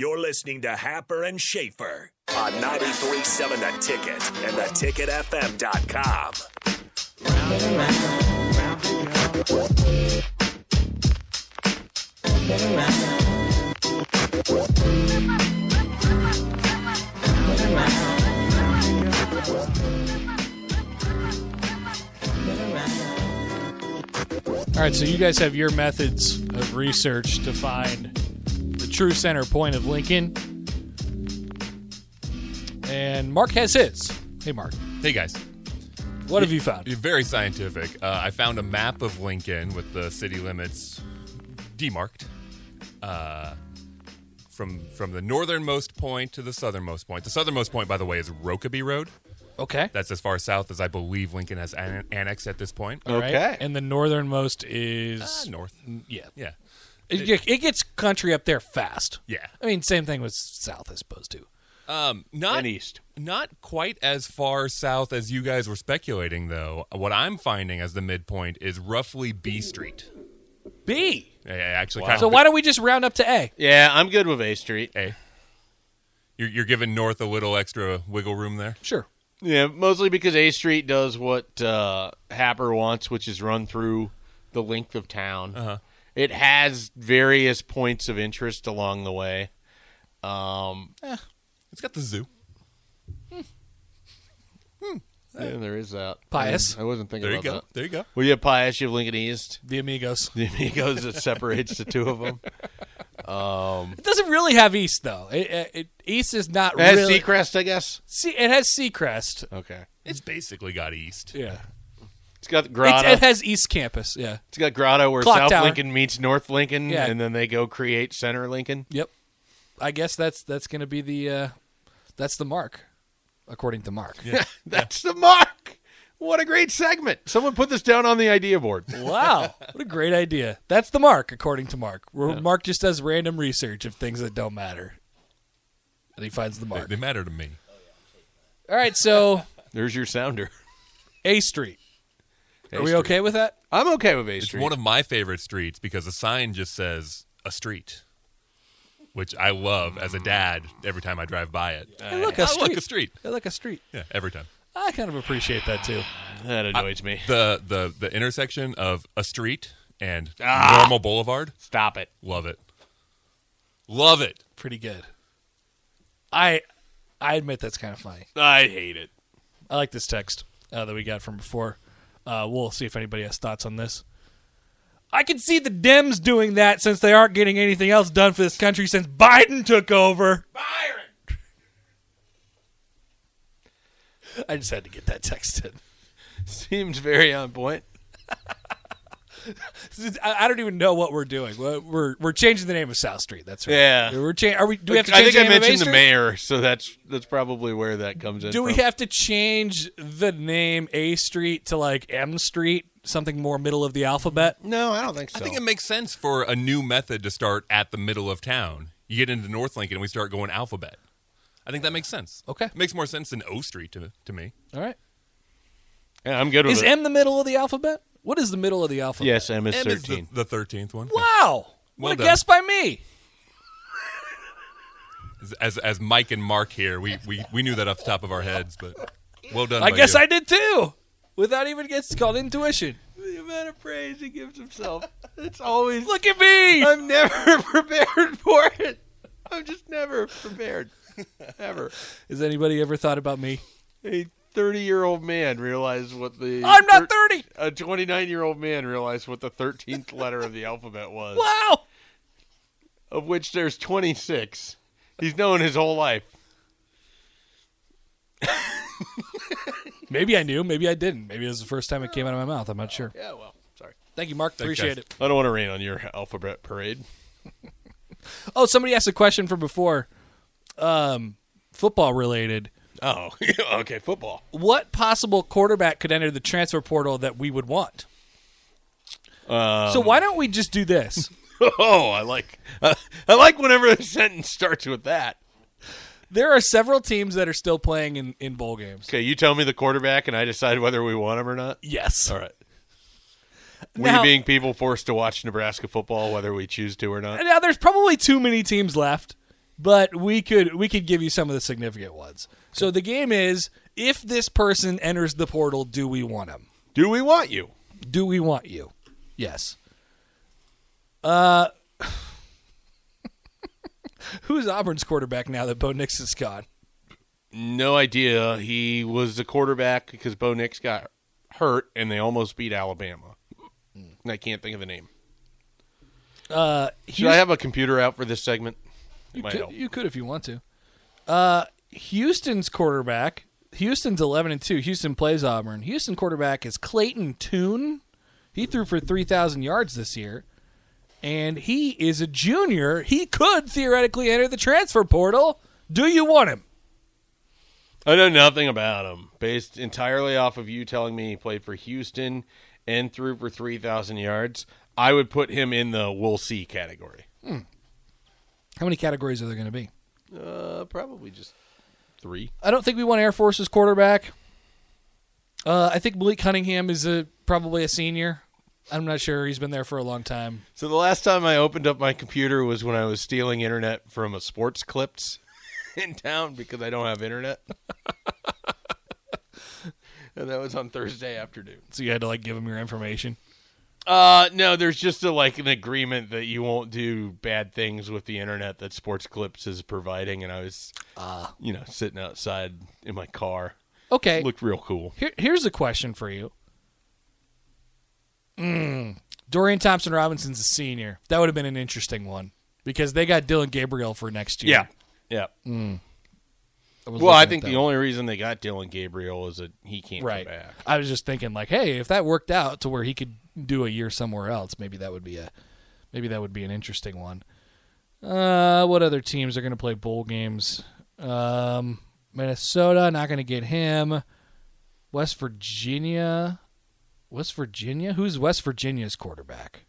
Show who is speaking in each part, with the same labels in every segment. Speaker 1: You're listening to Happer and Schaefer on 937 The Ticket and theticketfm.com.
Speaker 2: All right, so you guys have your methods of research to find the true center point of Lincoln. And Mark has his. Hey, Mark,
Speaker 3: Hey guys,
Speaker 2: what have you found?
Speaker 3: You're very scientific. Uh, I found a map of Lincoln with the city limits demarked uh, from from the northernmost point to the southernmost point. The southernmost point, by the way, is Rokeby Road.
Speaker 2: Okay.
Speaker 3: That's as far south as I believe Lincoln has an- annexed at this point.
Speaker 2: All right.
Speaker 4: Okay.
Speaker 2: And the northernmost is.
Speaker 3: Uh, north.
Speaker 2: Yeah.
Speaker 3: Yeah.
Speaker 2: It, ge- it gets country up there fast.
Speaker 3: Yeah.
Speaker 2: I mean, same thing with south, I suppose, too.
Speaker 3: Um, not
Speaker 4: And east.
Speaker 3: Not quite as far south as you guys were speculating, though. What I'm finding as the midpoint is roughly B Street.
Speaker 2: B.
Speaker 3: Yeah, yeah, actually, kind of-
Speaker 2: So why don't we just round up to A?
Speaker 4: Yeah, I'm good with A Street.
Speaker 3: Hey, you're, you're giving North a little extra wiggle room there.
Speaker 2: Sure.
Speaker 4: Yeah, mostly because A Street does what uh, Happer wants, which is run through the length of town. Uh-huh. It has various points of interest along the way. Um,
Speaker 3: It's got the zoo.
Speaker 4: yeah, there is that.
Speaker 2: Pius.
Speaker 4: I wasn't thinking
Speaker 3: There you
Speaker 4: about
Speaker 3: go.
Speaker 4: that.
Speaker 3: There you go.
Speaker 4: Well, you have Pius, you have Lincoln East.
Speaker 2: The Amigos.
Speaker 4: The amigos that separates the two of them.
Speaker 2: It doesn't really have East, though. It, it, it- East is not
Speaker 4: It has
Speaker 2: really.
Speaker 4: Seacrest, I guess.
Speaker 2: Se- it has Seacrest.
Speaker 4: Okay.
Speaker 3: It's basically got east.
Speaker 2: Yeah.
Speaker 4: It's got
Speaker 2: It's,
Speaker 4: Grotto.
Speaker 2: it has East Campus. Yeah.
Speaker 4: It's got Grotto where
Speaker 2: Clock
Speaker 4: South
Speaker 2: tower.
Speaker 4: Lincoln meets North Lincoln,
Speaker 2: Yeah.
Speaker 4: and then they go create Center Lincoln.
Speaker 2: Yep. I guess that's that's going to be the uh, that's the mark, according to Mark.
Speaker 4: That's the mark. What a great segment. Someone put this down on the idea board.
Speaker 2: Wow, what a great idea! That's the mark, according to Mark. Where Mark just does random research of things that don't matter, and he finds the
Speaker 3: They,
Speaker 2: mark.
Speaker 3: they matter to me.
Speaker 2: All right, so
Speaker 4: There's your sounder.
Speaker 2: A Street. Are we
Speaker 4: Street.
Speaker 2: okay with that?
Speaker 4: I'm okay with A
Speaker 3: It's
Speaker 4: Street.
Speaker 3: one of my favorite streets because the sign just says a street, which I love
Speaker 4: Mm.
Speaker 3: as a dad every time I drive by it.
Speaker 2: I look
Speaker 3: I
Speaker 2: a
Speaker 3: look,
Speaker 2: street.
Speaker 3: a street.
Speaker 2: I like a street.
Speaker 3: Yeah, every time.
Speaker 2: I kind of appreciate that too.
Speaker 4: that annoys me.
Speaker 3: The the the intersection of a street and normal boulevard.
Speaker 4: Ah! Stop it.
Speaker 3: Love it. Love it.
Speaker 2: Pretty good. I I admit that's kind of funny.
Speaker 4: I hate it.
Speaker 2: I like this text uh, that we got from before. Uh, we'll see if anybody has thoughts on this. I can see the Dems doing that since they aren't getting anything else done for this country since Biden took over. Byron. I just had to get that text in.
Speaker 4: Seems very on point.
Speaker 2: I I don't even know what we're doing. We're we're, we're changing the name of South Street. That's right.
Speaker 4: Yeah.
Speaker 2: We're cha- are we? Do we have to
Speaker 4: I
Speaker 2: change
Speaker 4: think
Speaker 2: the
Speaker 4: I
Speaker 2: name of A
Speaker 4: mentioned the
Speaker 2: Street?
Speaker 4: mayor, so that's that's probably where that comes in.
Speaker 2: Do we
Speaker 4: from.
Speaker 2: have to change the name A Street to like M Street, something more middle of the alphabet?
Speaker 4: No, I don't think so.
Speaker 3: I think
Speaker 2: Oh.
Speaker 3: it makes sense for a new method to start at the middle of town. You get into North Lincoln and we start going alphabet. I think that makes sense.
Speaker 2: Okay.
Speaker 3: It makes more sense than O Street to, to me.
Speaker 2: All right.
Speaker 4: yeah, I'm good with
Speaker 2: Is
Speaker 4: it.
Speaker 2: M the middle of the alphabet? What is the middle of the alphabet?
Speaker 4: yes, M is
Speaker 3: M is
Speaker 4: 13.
Speaker 3: the, the 13th one.
Speaker 2: Wow.
Speaker 3: Well
Speaker 2: what a
Speaker 3: done.
Speaker 2: guess by me.
Speaker 3: As, as Mike and Mark here, we, we, we knew that off the top of our heads, but well done.
Speaker 2: I
Speaker 3: by
Speaker 2: guess
Speaker 3: you.
Speaker 2: I did too. Without even it's called intuition.
Speaker 4: the amount of praise he gives himself. It's always
Speaker 3: Uh,
Speaker 2: Look at me.
Speaker 4: I'm never prepared for it. I'm just never prepared. Ever.
Speaker 2: Has anybody ever thought about me?
Speaker 4: A 30 year old man realized what the.
Speaker 2: I'm not
Speaker 4: thir-
Speaker 2: 30.
Speaker 4: A 29 year old man realized what the 13th letter of the alphabet was,
Speaker 2: Wow.
Speaker 4: of which there's 26. He's known his whole life.
Speaker 2: Maybe I knew. Maybe I didn't. Maybe it was the first time it came out of my mouth. I'm not sure.
Speaker 4: Yeah, well, sorry.
Speaker 2: Thank you, Mark. Appreciate
Speaker 3: guys.
Speaker 2: it.
Speaker 4: I don't want to rain on your alphabet parade.
Speaker 2: Oh, somebody asked a question from before, um, football related.
Speaker 4: Oh, okay, football.
Speaker 2: What possible quarterback could enter the transfer portal that we would want? so why don't we just do this?
Speaker 4: Oh, I like I like whenever the sentence starts with that.
Speaker 2: there are several teams that are still playing in, in bowl games.
Speaker 4: Okay, you tell me the quarterback, and I decide whether we want him or not.
Speaker 2: Yes.
Speaker 4: All right.
Speaker 2: Now-
Speaker 4: we being people forced to watch Nebraska football, whether we choose to or not.
Speaker 2: Now there's probably too many teams left, but we could we could give you some of the significant ones. So the game is if this person enters the portal, do we want him?
Speaker 4: Do we want you?
Speaker 2: Do we want you? Yes. Uh Who's Auburn's quarterback now that Bo Nix is gone?
Speaker 4: No idea. He was the quarterback because Bo Nix got hurt, and they almost beat Alabama. And I can't think of the name. Should I have a computer out for this segment? It
Speaker 2: You
Speaker 4: might
Speaker 2: could,
Speaker 4: help.
Speaker 2: you could if you want to. Uh, Houston's quarterback. Houston's eleven and two. Houston plays Auburn. Houston quarterback is Clayton Toon. He threw for three thousand yards this year, and he is a junior. He could theoretically enter the transfer portal. Do you want him?
Speaker 4: I know nothing about him. Based entirely off of you telling me he played for Houston and threw for 3,000 yards, I would put him in the we'll see category.
Speaker 2: How many categories are there going to be?
Speaker 4: Uh, probably just three.
Speaker 2: I don't think we want Air Force's quarterback. Uh, I think Malik Cunningham is a, probably a senior. I'm not sure. He's been there for a long time.
Speaker 4: So the last time I opened up my computer was when I was stealing internet from a sports clips in town because I don't have internet. and that was on Thursday afternoon.
Speaker 2: So you had to like give him your information.
Speaker 4: Uh, no, there's just a, like an agreement that you won't do bad things with the internet that Sports Clips is providing, and I was, you know, sitting outside in my car,
Speaker 2: Okay.
Speaker 4: looked real cool.
Speaker 2: Here, here's a question for you. Mm. Dorian Thompson Robinson's a senior. That would have been an interesting one because they got Dylan Gabriel for next year.
Speaker 4: yeah.
Speaker 2: I was looking
Speaker 4: Well, I
Speaker 2: at
Speaker 4: think
Speaker 2: that
Speaker 4: the
Speaker 2: one.
Speaker 4: only reason they got Dylan Gabriel is that he can't
Speaker 2: right.
Speaker 4: come back.
Speaker 2: I was just thinking like, hey, if that worked out to where he could do a year somewhere else, maybe that would be a maybe that would be an interesting one. Uh, what other teams are going to play bowl games? Um, Minnesota not going to get him. West Virginia, West Virginia. Who's West Virginia's quarterback?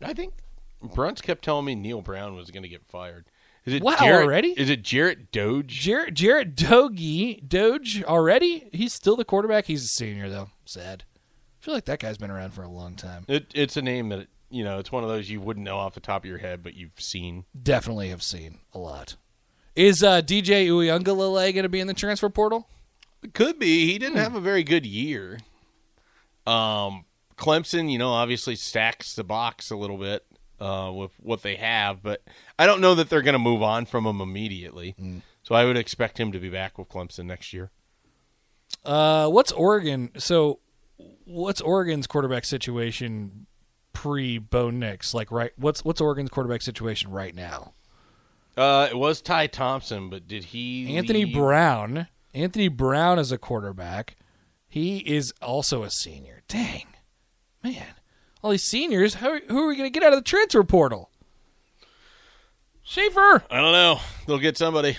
Speaker 4: I think Bruns kept telling me Neil Brown was going to get fired. Is it
Speaker 2: Wow,
Speaker 4: Jarrett,
Speaker 2: already?
Speaker 4: Is it Jarrett Doge?
Speaker 2: Jarrett Jarrett Doge Doge already? He's still the quarterback. He's a senior though. Sad. I feel like that guy's been around for a long time.
Speaker 4: It, it's a name that you know. It's one of those you wouldn't know off the top of your head, but you've seen.
Speaker 2: Definitely have seen a lot. Is uh, DJ Uyunglele going to be in the transfer portal?
Speaker 4: Could be. He
Speaker 2: Hmm.
Speaker 4: didn't have a very good year. Um, Clemson, you know, obviously stacks the box a little bit uh, with what they have, but I don't know that they're going to move on from him immediately.
Speaker 2: Hmm.
Speaker 4: So I would expect him to be back with Clemson next year.
Speaker 2: Uh, what's Oregon? So, what's Oregon's quarterback situation pre Bo Nix? Like, right? What's what's Oregon's quarterback situation right now?
Speaker 4: Uh, it was Ty Thompson, but did he
Speaker 2: Anthony
Speaker 4: leave?
Speaker 2: Brown. Anthony Brown is a quarterback. He is also a senior. Dang, man! All these seniors. How, who are we going to get out of the transfer portal? Schaefer.
Speaker 4: I don't know. They'll get somebody.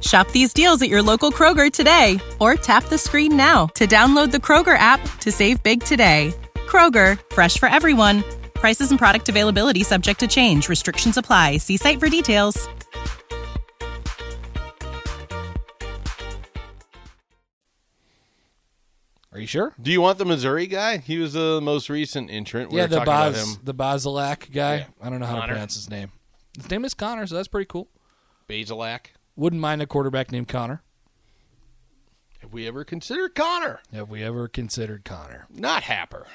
Speaker 5: Shop these deals at your local Kroger today or tap the screen now to download the Kroger app to save big today. Kroger, fresh for everyone. Prices and product availability subject to change. Restrictions apply. See site for details.
Speaker 2: Are you sure?
Speaker 4: Do you want the Missouri guy? He was the most recent entrant. We
Speaker 2: yeah,
Speaker 4: were
Speaker 2: the
Speaker 4: talking about
Speaker 2: Boz,
Speaker 4: him.
Speaker 2: the Bozilak guy.
Speaker 4: Yeah.
Speaker 2: I don't know how to
Speaker 4: Connor.
Speaker 2: pronounce his name. His name is Connor, so that's pretty cool.
Speaker 4: Basilak.
Speaker 2: Wouldn't mind a quarterback named Connor.
Speaker 4: Have we ever considered Connor?
Speaker 2: Have we ever considered Connor?
Speaker 4: Not Happer.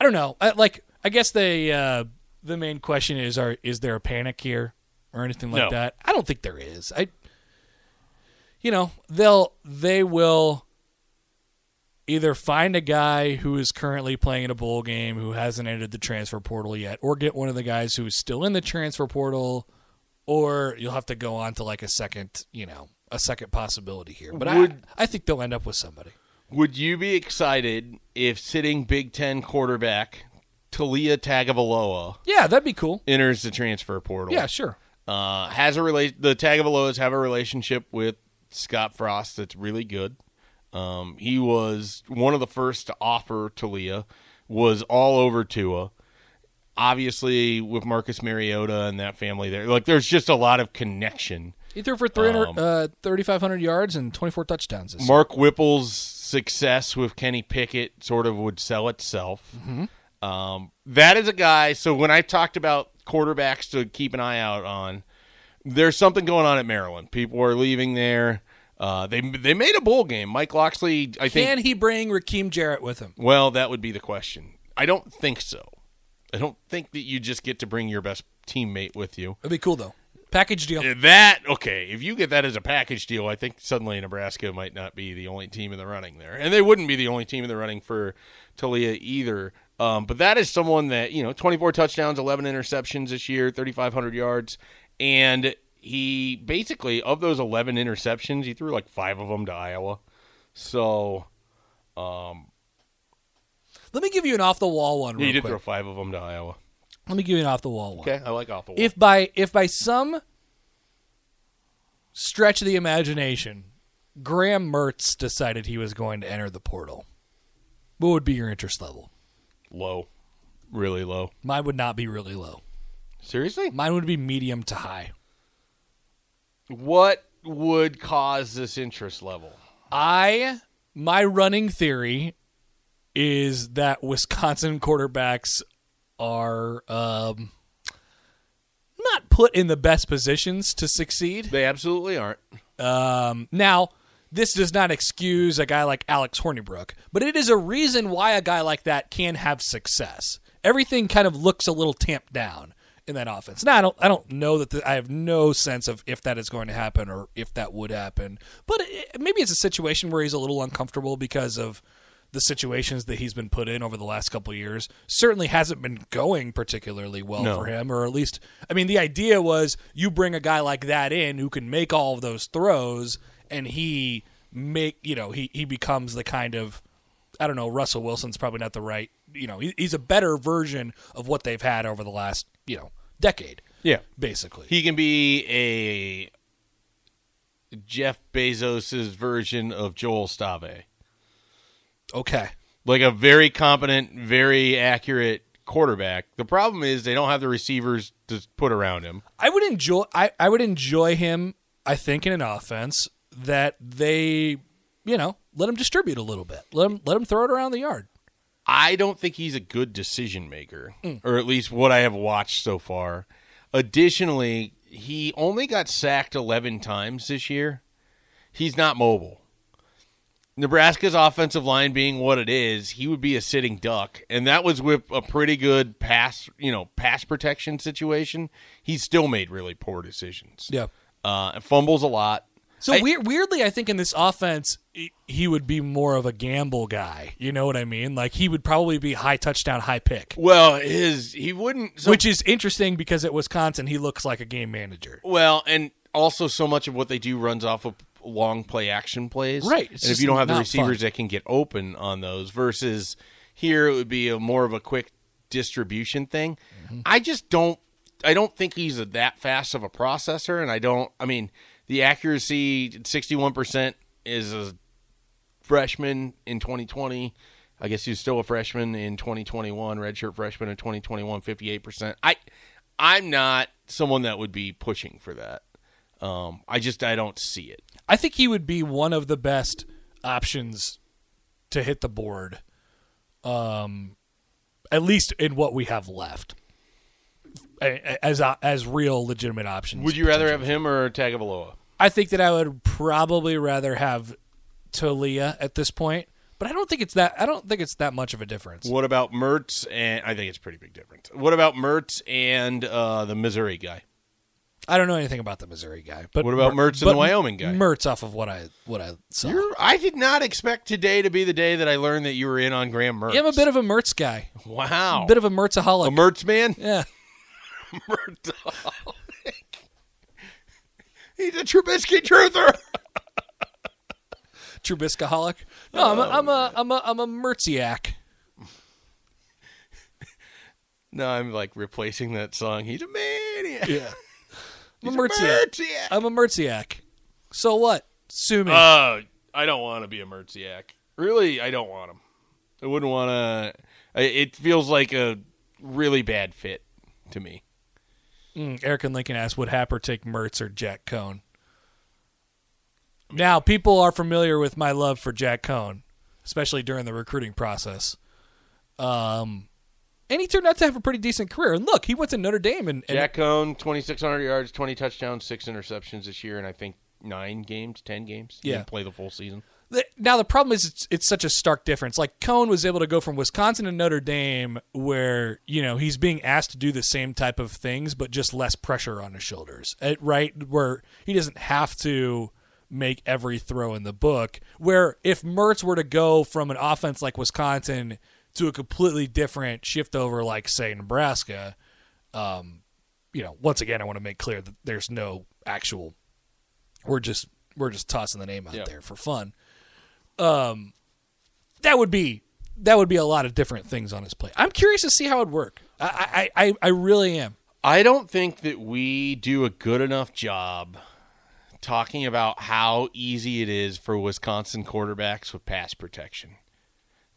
Speaker 2: I don't know. I, like, I guess they uh, the main question is: Are is there a panic here or anything like
Speaker 4: No.
Speaker 2: that? I don't think there is. I, you know, they'll they will either find a guy who is currently playing in a bowl game who hasn't entered the transfer portal yet, or get one of the guys who is still in the transfer portal, or you'll have to go on to like a second, you know, a second possibility here. But
Speaker 4: Would-
Speaker 2: I, I think they'll end up with somebody.
Speaker 4: Would you be excited if sitting Big Ten quarterback Talia Tagovailoa
Speaker 2: Yeah, that'd be cool.
Speaker 4: enters the transfer portal?
Speaker 2: Yeah, sure.
Speaker 4: Uh, has a rela- The Tagovailoas have a relationship with Scott Frost that's really good. Um, he was one of the first to offer Talia. Was all over Tua. Obviously, with Marcus Mariota and that family there, like there's just a lot of connection.
Speaker 2: He threw for 300,
Speaker 4: Um,
Speaker 2: uh, 3,500 yards and 24 touchdowns. This
Speaker 4: Mark Whipple's success with Kenny Pickett sort of would sell itself.
Speaker 2: Mm-hmm.
Speaker 4: Um, that is a guy. So when I talked about quarterbacks to keep an eye out on, there's something going on at Maryland. People are leaving there. Uh, they they made a bowl game. Mike Loxley, I
Speaker 2: year.
Speaker 4: think.
Speaker 2: Can he bring Raheem Jarrett with him?
Speaker 4: well, that would be the question. I don't think so. I don't think that you just get to bring your best teammate with you.
Speaker 2: It'd be cool, though. Package deal.
Speaker 4: That okay? If you get that as a package deal, I think suddenly Nebraska might not be the only team in the running there, and they wouldn't be the only team in the running for Talia either. Um, but that is someone that you know, 24 touchdowns, 11 interceptions this year, 3,500 yards, and he basically of those 11 interceptions, he threw like five of them to Iowa. So
Speaker 2: Let me give you an off the wall one. Real
Speaker 4: he did
Speaker 2: quick.
Speaker 4: throw five of them to Iowa.
Speaker 2: Let me give you an off the wall one.
Speaker 4: Okay, I like off the wall.
Speaker 2: If by if by some stretch of the imagination, Graham Mertz decided he was going to enter the portal, what would be your interest level?
Speaker 4: low, really low.
Speaker 2: Mine would not be really low.
Speaker 4: Seriously,
Speaker 2: Mine would be medium to high.
Speaker 4: what would cause this interest level?
Speaker 2: I my running theory is that Wisconsin quarterbacks are um, not put in the best positions to succeed.
Speaker 4: They absolutely aren't.
Speaker 2: Um, now, this does not excuse a guy like Alex Hornibrook, but it is a reason why a guy like that can have success. Everything kind of looks a little tamped down in that offense. Now, I don't, I don't know that the, I have no sense of if that is going to happen or if that would happen, but it, maybe it's a situation where he's a little uncomfortable because of the situations that he's been put in over the last couple of years certainly hasn't been going particularly well for him or at least I mean the idea was you bring a guy like that in who can make all of those throws and he make you know he he becomes the kind of I don't know Russell Wilson's probably not the right you know he, he's a better version of what they've had over the last you know decade
Speaker 4: Yeah.
Speaker 2: basically
Speaker 4: He can be a Jeff Bezos's version of Joel Stave.
Speaker 2: okay
Speaker 4: Like a very competent, very accurate quarterback. The problem is they don't have the receivers to put around him.
Speaker 2: I would enjoy I, I would enjoy him, I think, in an offense that they you know, let him distribute a little bit. Let him let him throw it around the yard.
Speaker 4: I don't think he's a good decision maker,
Speaker 2: Mm.
Speaker 4: or at least what I have watched so far. Additionally, he only got sacked 11 times this year. He's not mobile. Nebraska's offensive line being what it is, he would be a sitting duck, and that was with a pretty good pass, you know, pass protection situation. He still made really poor decisions.
Speaker 2: Yeah.
Speaker 4: uh, and fumbles a lot.
Speaker 2: So
Speaker 4: I-
Speaker 2: weir- weirdly, I think in this offense, he- he would be more of a gamble guy. You know what I mean? Like he would probably be high touchdown, high pick,
Speaker 4: Well, his he wouldn't. So,
Speaker 2: which is interesting because at Wisconsin, he looks like a game manager.
Speaker 4: well, and also so much of what they do runs off of long play action plays,
Speaker 2: Right, it's
Speaker 4: And if
Speaker 2: just
Speaker 4: you don't have the
Speaker 2: not
Speaker 4: receivers
Speaker 2: fun.
Speaker 4: that can get open on those, versus here it would be a more of a quick distribution thing.
Speaker 2: Mm-hmm.
Speaker 4: I just don't. I don't think he's a, that fast of a processor, and I don't. I mean, the accuracy sixty-one percent is a freshman in 2020. I guess he's still a freshman in 2021, redshirt freshman in 2021, 58%. I I'm not someone that would be pushing for that. Um, I just I don't see it.
Speaker 2: I think he would be one of the best options to hit the board, um, at least in what we have left A- a- as a- as real legitimate options.
Speaker 4: Would you rather have him or Tagovailoa?
Speaker 2: I think that I would probably rather have Talia at this point, but I don't think it's that. I don't think it's that much of a difference.
Speaker 4: What about Mertz and I think it's a pretty big difference. What about Mertz and uh, the Missouri guy?
Speaker 2: I don't know anything about the Missouri guy, but
Speaker 4: What about Mertz and
Speaker 2: but
Speaker 4: the Wyoming guy?
Speaker 2: Mertz off of what I what I saw.
Speaker 4: You're, I did not expect today to be the day that I learned that you were in on Graham Mertz.
Speaker 2: I'm a bit of a Mertz guy,
Speaker 4: wow,
Speaker 2: a bit of a Mertzaholic.
Speaker 4: a Mertz man.
Speaker 2: yeah,
Speaker 4: Murdoch. He's a Trubisky truther.
Speaker 2: Trubiscaholic. No, I'm a, I'm a I'm a I'm a Mertziak.
Speaker 4: No, I'm like replacing that song. He's a maniac.
Speaker 2: Yeah, I'm a
Speaker 4: He's a
Speaker 2: Mertziak.
Speaker 4: Mertziak.
Speaker 2: I'm a Mertziak. So what? Sue me.
Speaker 4: Uh, I don't want to be a Mertziak. Really, I don't want him. I wouldn't want to. It feels like a really bad fit to me.
Speaker 2: Mm, Eric and Lincoln asked, would Happer take Mertz or Jack Cohn? Now, people are familiar with my love for Jack Cohn, especially during the recruiting process. Um, and he turned out to have a pretty decent career. And look, he went to Notre Dame and, and
Speaker 4: Jack Cohn, 2,600 yards, 20 touchdowns, six interceptions this year, and I think nine games, 10 games. He
Speaker 2: Yeah.
Speaker 4: didn't play the full season.
Speaker 2: The- now the problem is it's, it's such a stark difference. Like Cohn was able to go from Wisconsin to Notre Dame, where you know he's being asked to do the same type of things, but just less pressure on his shoulders. At, right where he doesn't have to make every throw in the book. Where if Mertz were to go from an offense like Wisconsin to a completely different shift over, like say Nebraska, um, you know, once again I want to make clear that there's no actual. We're just we're just tossing the name out
Speaker 4: Yeah.
Speaker 2: there for fun that would be that would be a lot of different things on his plate. I'm curious to see how it would work. I I, I, I really am.
Speaker 4: I don't think that we do a good enough job talking about how easy it is for Wisconsin quarterbacks with pass protection.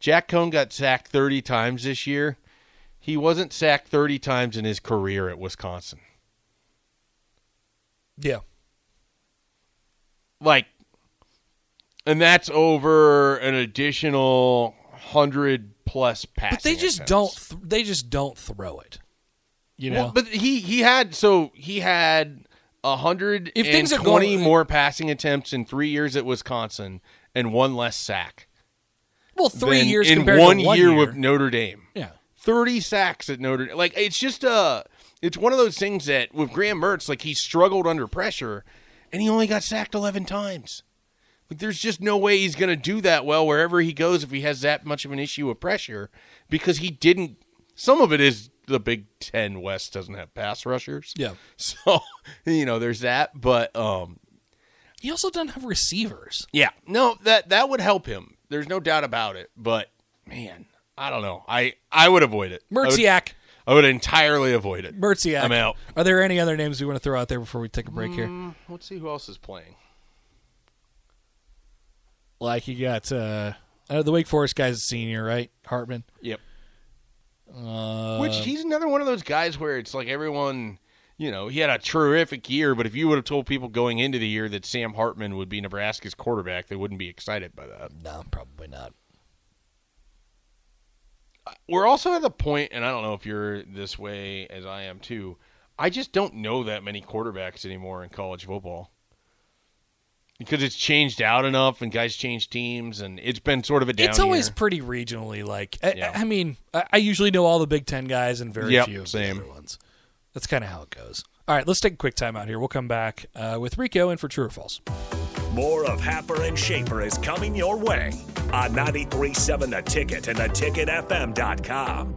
Speaker 4: Jack Cohn got sacked 30 times this year. He wasn't sacked 30 times in his career at Wisconsin.
Speaker 2: Yeah.
Speaker 4: Like, and that's over an additional 100 plus passes.
Speaker 2: But they just don't th- they just don't throw it. You know.
Speaker 4: Well, but he he had so he had a hundred
Speaker 2: If things are
Speaker 4: twenty
Speaker 2: going-
Speaker 4: more passing attempts in three years at Wisconsin and one less sack.
Speaker 2: Well,
Speaker 4: than in
Speaker 2: compared to
Speaker 4: one, year, with Notre Dame.
Speaker 2: Yeah.
Speaker 4: Thirty sacks at Notre Dame. Like it's just uh it's one of those things that with Graham Mertz, like he struggled under pressure and he only got sacked eleven times. Like there's just no way he's gonna do that well wherever he goes if he has that much of an issue with pressure because he didn't some of it is the Big Ten West doesn't have pass rushers.
Speaker 2: Yeah.
Speaker 4: So, you know, there's that. But um
Speaker 2: He also doesn't have receivers.
Speaker 4: yeah, no, that that would help him. There's no doubt about it. But man, I don't know. I I would avoid it. I
Speaker 2: Mertziak.
Speaker 4: would, I would entirely avoid it.
Speaker 2: Mertziak.
Speaker 4: I'm out.
Speaker 2: Are there any other names we want to throw out there before we take a break here?
Speaker 4: Let's see who else is playing.
Speaker 2: Like you got uh, I know the Wake Forest guy's a senior, right? Hartman.
Speaker 4: Yep.
Speaker 2: Uh,
Speaker 4: Which he's another one of those guys where it's like everyone, you know, he had a terrific year, but if you would have told people going into the year that Sam Hartman would be Nebraska's quarterback, they wouldn't be excited by that.
Speaker 2: no, probably not.
Speaker 4: We're also at the point, and I don't know if you're this way as I am too. I just don't know that many quarterbacks anymore in college football. because it's changed out enough and guys change teams and it's been sort of a down
Speaker 2: it's always
Speaker 4: year.
Speaker 2: pretty regionally. Like, I,
Speaker 4: Yeah.
Speaker 2: I mean, I, I usually know all the Big Ten guys and very
Speaker 4: Yep,
Speaker 2: few of
Speaker 4: same.
Speaker 2: the other ones. That's kind of how it goes. All right, let's take a quick time out here. We'll come back uh, with Rico and for true or false.
Speaker 1: More of Happer and Schaefer is coming your way on 937 The Ticket and theticketfm.com.